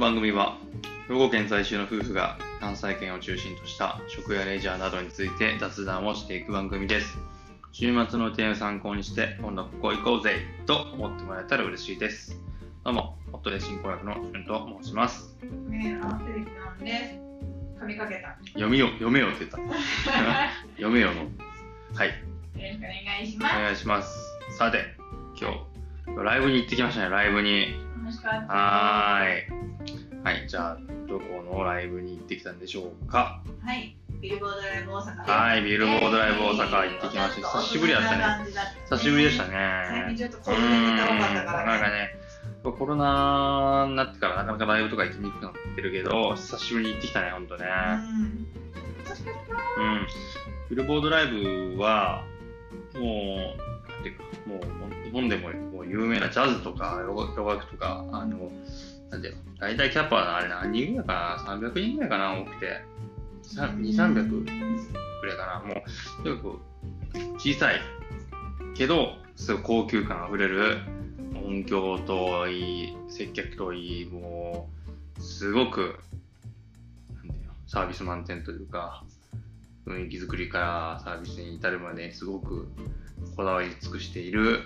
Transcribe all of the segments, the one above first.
番組は兵庫県在住の夫婦が関西圏を中心とした食やレジャーなどについて雑談をしていく番組です週末の点を参考にして今度ここ行こうぜと思ってもらえたら嬉しいですどうも夫で進行役のんと申しますね、あ、テレビなんで、噛みかけた。読みよ読めよって言った読めよのはいよろしくお願いしおます。願いしますさて今日ライブに行ってきましたねライブに楽しかった。はーい。はい、じゃあ、どこのライブに行ってきたんでしょうか。はい。ビルボードライブ大阪です。はい、ビルボードライブ大阪行ってきました。久しぶりだったね。ね。久しぶりでしたね。最近ちょっとうコロナん、が多かったからなんかね、コロナになってからなかなかライブとか行きにくくなってるけど、久しぶりに行ってきたね、ほんとね。うん。久しぶりだなうん。ビルボードライブは、もう、なんていうか、もう、日本でももう有名なジャズとか、洋楽洋楽とか、あの、なんていうの、大体キャパはあれ何人ぐらいかな、300人ぐらいかな、多くて。さ2、300ぐらいかな、もう、とにかく小さいけど、すごい高級感あふれる、音響といい、接客といい、もう、すごく、なんていうの、サービス満点というか、雰囲気作りからサービスに至るまですごくこだわり尽くしている、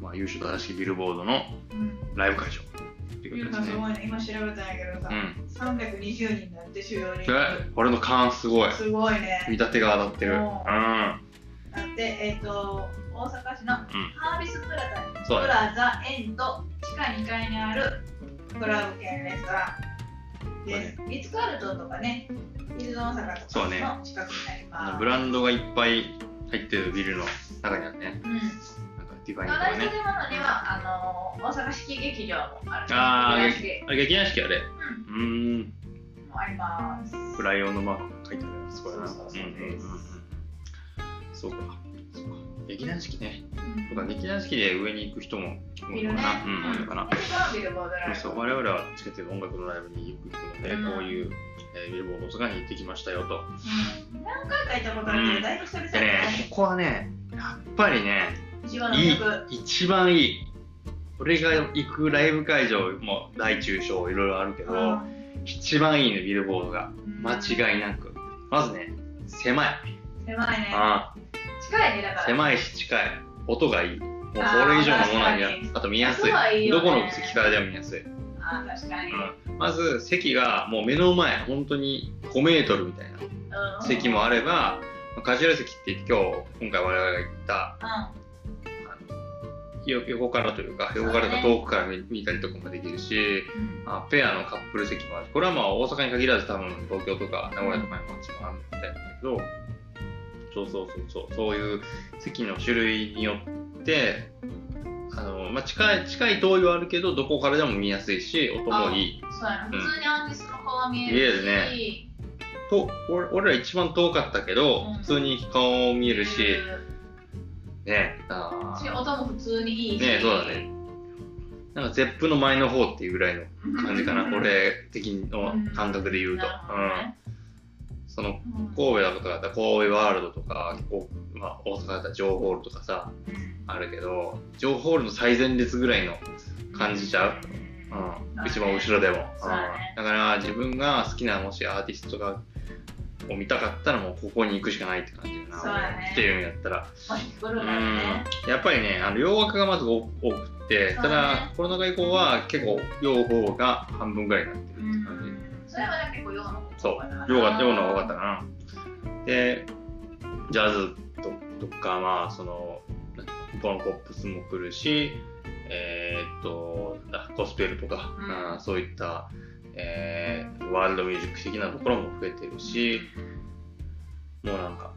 まあ、優秀正しきビルボードのうん。ライブ会場ってビいうルことがですすごね。いね。今調べたんやけどさう、ん。 320人だって収容人数。え、俺の勘すごい。すごい見ね。立てが当たってる。うん。おだって、えっと、大阪市のうん。ハービスプラザにそうプだね。ラザエンド地下2階にあるクラブ兼レストランです。リッツ・カールトンとかね、伊豆の大阪とそかうねの近くになりあまのす。ブランドがいっぱい入ってるビルの中にあるね。うん。なんかディファインとか同じ建ね。物にはあの大阪式劇場もある。あー大阪式劇あれ、劇団四季あれ。ううーん。んもあります。フライオンのマークが書いてあるやつ。これな。そうそうそううんうんうんうんそうか。そうか。劇団四季ね。うんそうか、劇団四季で上に行く人もいビるのルねかな。。うん、いるのかな。そこはビルボードライブ。そう我々はチケットで音楽のライブに行くので、うんこういう、えー、ビルボード大阪に行ってきましたよと。うん何回か行ったことあるけうど、んだいぶ久々でだねね。、ここはね、やっぱりね、一番のいい曲。、一番いい。俺が行くライブ会場も大中小いろいろあるけど、一番いいね、ビルボードが。うん間違いなく。まずね、狭い。狭いね。あ近いね、だから。狭いし近い。音がいい。もうこあーれ以上のものは見や確かにあと見やす音はいいい。よどねこの席からでも見やすい。あー確かに。うんまず席がもう目の前、本当に5メートルみたいな。うん席もあれば、まあカジュアル席って今日、今回我々が行った、うよ横からというか、横からとかそうね遠くから見見たりとかもできるし、ん。まあ、ペアのカップル席もあるこれはまあ大阪に限らず多分東京とか名古屋とかにもあっちもあるみたいなんだけど、そうそうそうそう、そういう席の種類によって、あのまあ、近い近い遠いはあるけど、どこからでも見やすいし、音もいい。そうやな。うん普通にアーティストの顔見えるし。見えと俺俺ら一番遠かったけど、うん普通に顔も見えるし、見えねあしー音も普通にいいし。ねそうだね。なんか、ゼップの前の方っていうぐらいの感じか な、俺的の感覚で言うと。なるほうどんねそのうん神戸だとかだったら神戸ワールドとか結構、まあ、大阪だったら情報ホールとかさあるけど情報ホールの最前列ぐらいの、感じちゃううん、一番後ろでも、うん、そうだねだから自分が好きなもしアーティストがを見たかったらもうここに行くしかないって感じだそうだな、ね来てるんやったら、まあ引くうるからね。んやっぱりねあの洋楽がまず多多くてたそうだだねコロナ禍以降は結構両方が半分ぐらいになってうるって感じんそれはね結構洋の方そうが多かったな、量が、量の方が多かったかな。で、ジャズととか、まあ、その、なんかポンポップスも来るし、えーっと、なんだゴスペルとか、うんまあそういった、えーワールドミュージック的なところも増えてるし、もうなんか、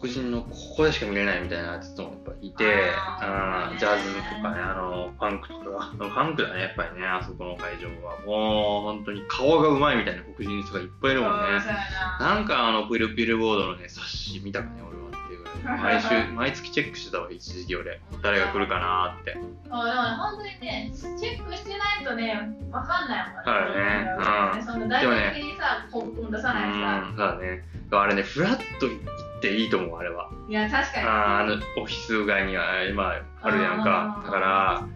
黒人のここでしか見れないみたいなアーティストもやっぱいて、あーうんジャズとかね、あの、ファンクとかが、ファンクだね、やっぱりね、あそこの会場は。もう、本当に顔がうまいみたいな黒人の人がいっぱいいるもんね。そうやな。なんかあの、ビルビルボードのね、冊子見たかね、俺はっていうぐらい。毎週、毎月チェックしてたわ、一時期俺。誰が来るかなーって。そうでもね本当にねチェックしてないとねわかんないもんそうだねうんそんな大々的にさポップも出さないしさ。うん、そうだね。あれね、フラッと行っていいと思う、あれは。いや確かに。あーあのオフィス街には今あるやんかあーだから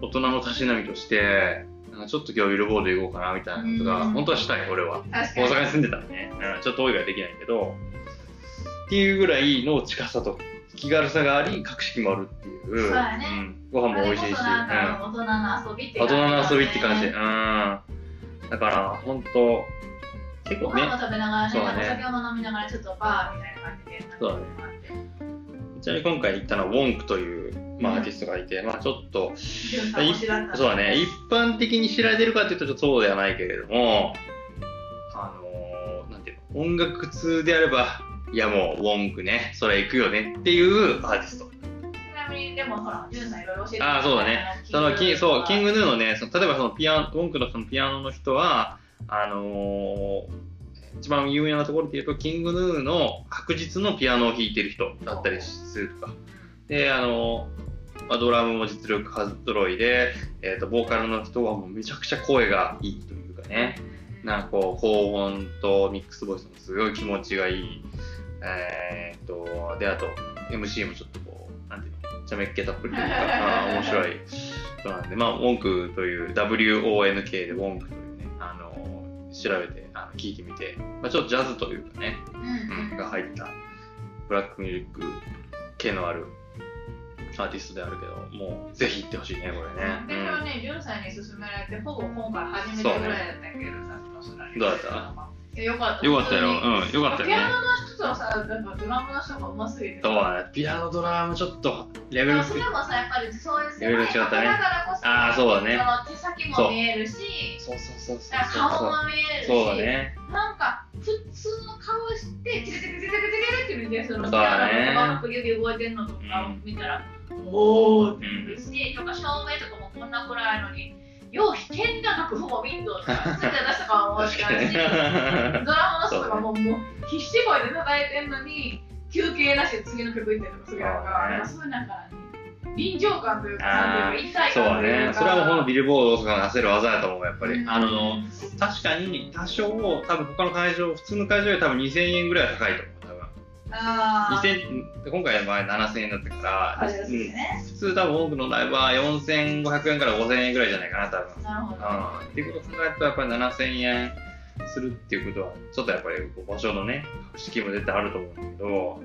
お大人のたしなみとしてなんかちょっと今日ビルボード行こうかなみたいなことが、うん本当はしたい、俺は。確か大に。阪に住んでたらね、うんちょっと多いからできないけど、っていうぐらいの近さと気軽さがあり、格式もあるっていう、そうやねうんご飯も美味しいし、あれこそなんか大人の遊びってうん、大感じだね人の遊びって感じ。うん。だから、本当結ご構飯ねも、食べながらね、そうなだんかねお酒も飲みながらちょっとバーみたいな感じで。そうだねちなみに今回行ったのはウォンクという、まあ、うんアーティストがいて、まあちょっと、なんかだった。そうだね、一般的に知られてるかというとちょっとそうではないけれども、あのーなんていうの、音楽通であれば、いやもうウォンクね、それ行くよねっていうアーティスト。ちなみにでもほら、ジュンさんいろいろ教えてあーそうだね。そのキンそうキングヌーのね、その例えばそのピアノ、ウォンクのそのピアノの人は、あのー一番有名なところで言うと、キングヌーの白日のピアノを弾いてる人だったりするとか。で、あのーまあドラムも実力派揃いで、えっ、と、ボーカルの人はもうめちゃくちゃ声がいいというかね、なんかこう、高音とミックスボイスもすごい気持ちがいい。えっ、と、で、あと、MC もちょっとこう、なんていうの、ちゃめっ気たっぷりというか、あー面白い人なんで、まあ、文句という、WONK で文句というね、あの、調べて、あの聞いてみて、まあ、ちょっとジャズというかね、ううんん。が入った、ブラックミュージック系のあるアーティストであるけど、もう、ぜひ行ってほしいね、これね。でこれはね、ジュンさんに勧められて、ほぼ今回初めてぐらいだったけどさ、そのどうだったいやよかっうんた。よかったよ、普通にうん、よかったよピね。アノの人とさ、やっぱドラムの人がうますぎて。どうだねピアノドラムちょっとレでベルもがそれもさ、やっぱりそういういろいろ違ったねだからこそ、あーそうだねその手先も見えるし、そうそうそうそうなんかそう顔も見えるし、そうだねなんか普通の顔して、チクチクチクチクチクチクって見て、そのそうピアだノねがうまく指動いてんのとかうん見たら、おーってうんなるし、とか照明とかもこんなくらいのに、よう飛天がなくほぼウィンドウとかついてたしとか思っ確ちかゃうにし。 ドラマの人とかも,、もう必死声で叩いてんのに休憩なしで次の曲行ったりとかするやんか、そうねなんかそういうなんか臨場感というかあーなんていうか痛いそう感だというねかそれはもうほんとビルボードがなせる技やと思うやっぱり、うんあの確かに多少多分他の会場普通の会場より多分2000円ぐらいは高いと思う多分あー2000今回の場合7000円だったかあら、れですうんね、普通多分多くのライブは4500円から5000円ぐらいじゃないかな多分なるほど、うんっていうことを考えるとやっぱり7000円するっていうことはちょっとやっぱりこう場所のね格式も絶対あると思うんだけど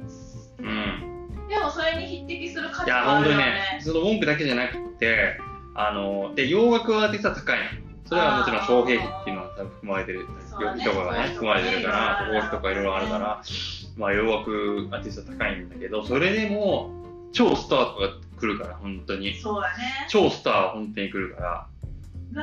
うんでもそれに匹敵する価い値やがあ本当るによねねその文句だけじゃなくてあので洋楽は実は高いのそれはもちろん消費費っていうのは多分含まれてるそう料だ費ねとかがねそう含まれてるからそう消費とかいろいろあるからまあ洋楽アーティストは高いんだけどそれでも超スターが来るから本当にそうだね超スターは本当に来るから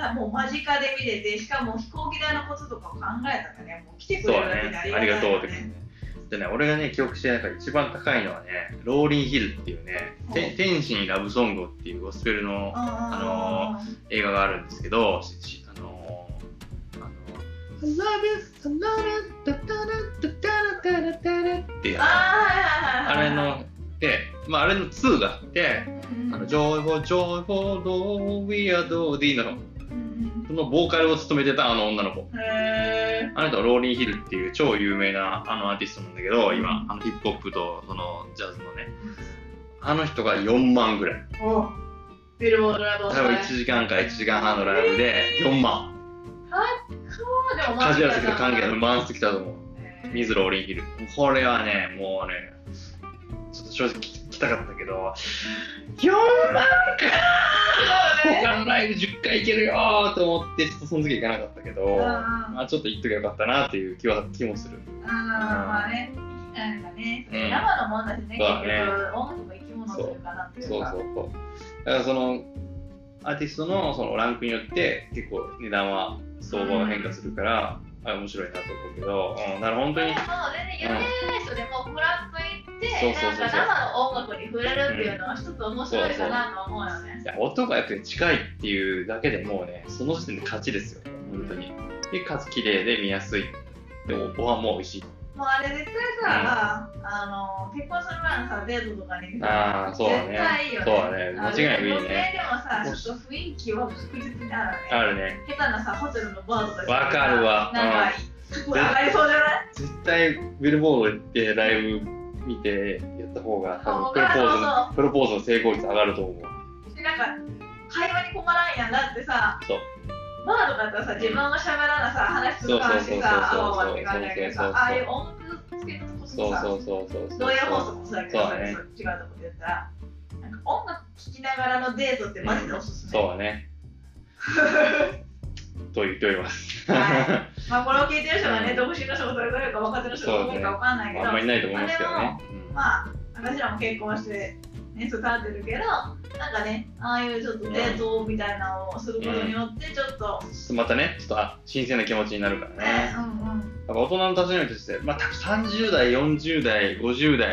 がもう間近で見れてしかも飛行機代のこととかを考えたらねもう来てくそうれだるだけねで。あありりががとたうっていよね感じね。でね、俺がね、記憶してないから一番高いのはね、ローリンヒルっていうね、て天使にラブソングをっていうゴスペルのあの映画があるんですけど、ししあのー、あのー、I love you, I love you, タタラタタラタラタラっていう、ああーはいはいはいはいれの、で、まああれの2があって、うんうんあの、Joyful, Joyful, Lord, We Are Do, D の、うんそのボーカルを務めてたあの女の子。うんへーあの人はローリン・ヒルっていう超有名なあのアーティストなんだけど、今、あのヒップホップとそのジャズのね、あの人が4万ぐらい。おビルボードライブ多を分1時間か1時間半のライブで4万。でもマカジジュアルですぎて関係なくへ満室来たと思う。ーミズ・ローリン・ヒル。これはね、もうね、ちょっと正直来たかったけど、4万そうね他のライブ10回行けるよーと思って、ちょっとその時行かなかったけど、あーまあちょっと行っときゃよかったなっていう気は気もする。あーまあねなんかねうん生のもんだしねそうだね結局音楽も生き物というかなっていそううかそうそう。だからそのアーティストのそのランクによって結構値段は相場が変化するから、あ面白いなと思うけど、うん、だから本そ当れにも全然有名な人でもフラッと行ってそうそうそうそうなんか生の音楽に触れるっていうのは一つ面白いかなと思うよねいや音がやっぱり近いっていうだけでもうねその時点で勝ちですよ本当に。でかつ綺麗で見やすいでもご飯も美味しい。もうあれ絶対さあの結婚する前のさデートとかに行くああそうだ絶ね対いいよ。そうだね間違いないあいのい女性ね。でもさちょっと雰囲気は確実にあるねあるね下手なさホテルのバーとかさわかるわなんか、ん上がりそうじゃない絶対ビルボード行ってライブ見てやった方が多分プロポーズのプロポーズの成功率上がると思う。でなんか会話に困らんやんだってさそうバーとかだったらさ、自分が喋らなさ、話続かないしさ、あわわって感じだけどさ、ああいう音楽つけたとこそそうさ、そうそうそうそう同様放送もそうだけどそうさ、だ違ねうとこで言ったら、なんか音楽聴きながらのデートってマジでおすすめ。そうだ ねと言っております、はまあ、これを聞いてる人がうね、ん独身の人がどれぐらいか若手の人がどれぐらいかわかんないけ ど、あんまりないと思いますけどまあでねも、まあ、私らも結婚して年数経ってるけど、なんかね、ああいうちょっとデートみたいなのをすることによって、ちょっと、うん、またねちょっとあ新鮮な気持ちになるからねね、うんうん、やっぱ大人のたしなみとして、まあ、30代40代50代、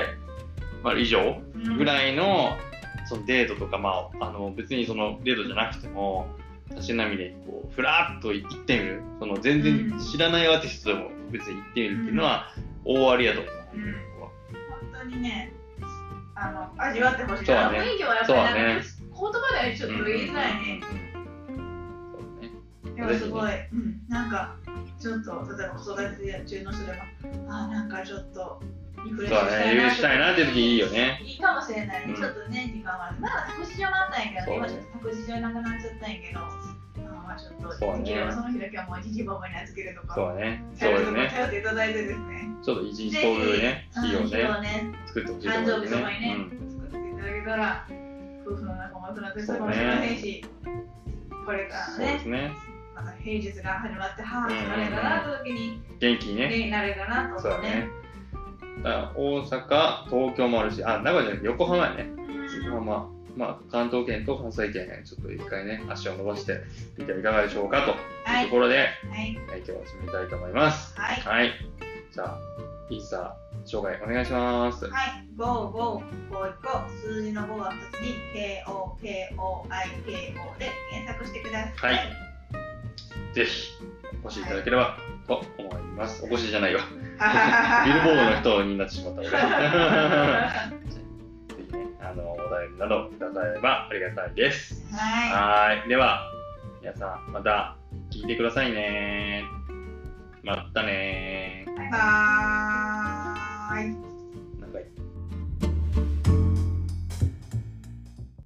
まあ、以上うんぐらいのそのデートとか、まあ、あの別にそのデートじゃなくてもたしなみでこうふらっと行ってみるその全然知らないアーティストでも別に行ってみるっていうのは大ありやと思う。本当にね、あの味わってほしい。あそうだのね雰囲気はやっぱりなんか、そうだね言葉ではちょっと言いづらいね。そうねでもすごい、うん、なんかちょっと例えば子育て中の人でもあーなんかちょっとリフレッシュしたいなそうだねリフレッシュしたいなって時いいよねいいかもしれないね、うんちょっとね時間はあるまだ託児所もあったんやけど、そう今ちょっと託児所なくなっちゃったんやけどあーまあちょっとそうだねできればその日だけはもう一時ボブに預けるとかそうだねそうだ頼るとかね頼っていただいてですねちょっと一日そういうねうん企業日ねをね作ってほしいと誕思う生日すとかにね、うん作っていただけたら夫婦の仲も良くなってきたかもしれませんし、これからそうねですねまた平日が始まって、はぁ、疲れたなって時に、元気にねね、になれたなとそう思だねうね。。だから大阪、東京もあるし、あ、名古屋じゃなくて横浜やね。うん横浜、まあ、関東圏と関西圏、ちょっと一回ね、足を伸ばしてみてはいかがでしょうかとはいういと、ころで、はい、え今日は締めたいと思います。はい、はい。じゃあ、インスタ、紹介お願いします。はい、5、5、5、5、数字の5が2つに、KO、KO、IKO で検索してください。はいぜひ、お越しいただければと思います。お越しじゃないわ。 ビルボード の人になってしまったので。 ぜはひね、あの、お便りなどくださればありがたいです。い、はーい。では、皆さん、また聞いてくださいね。またねー。バイバーイ。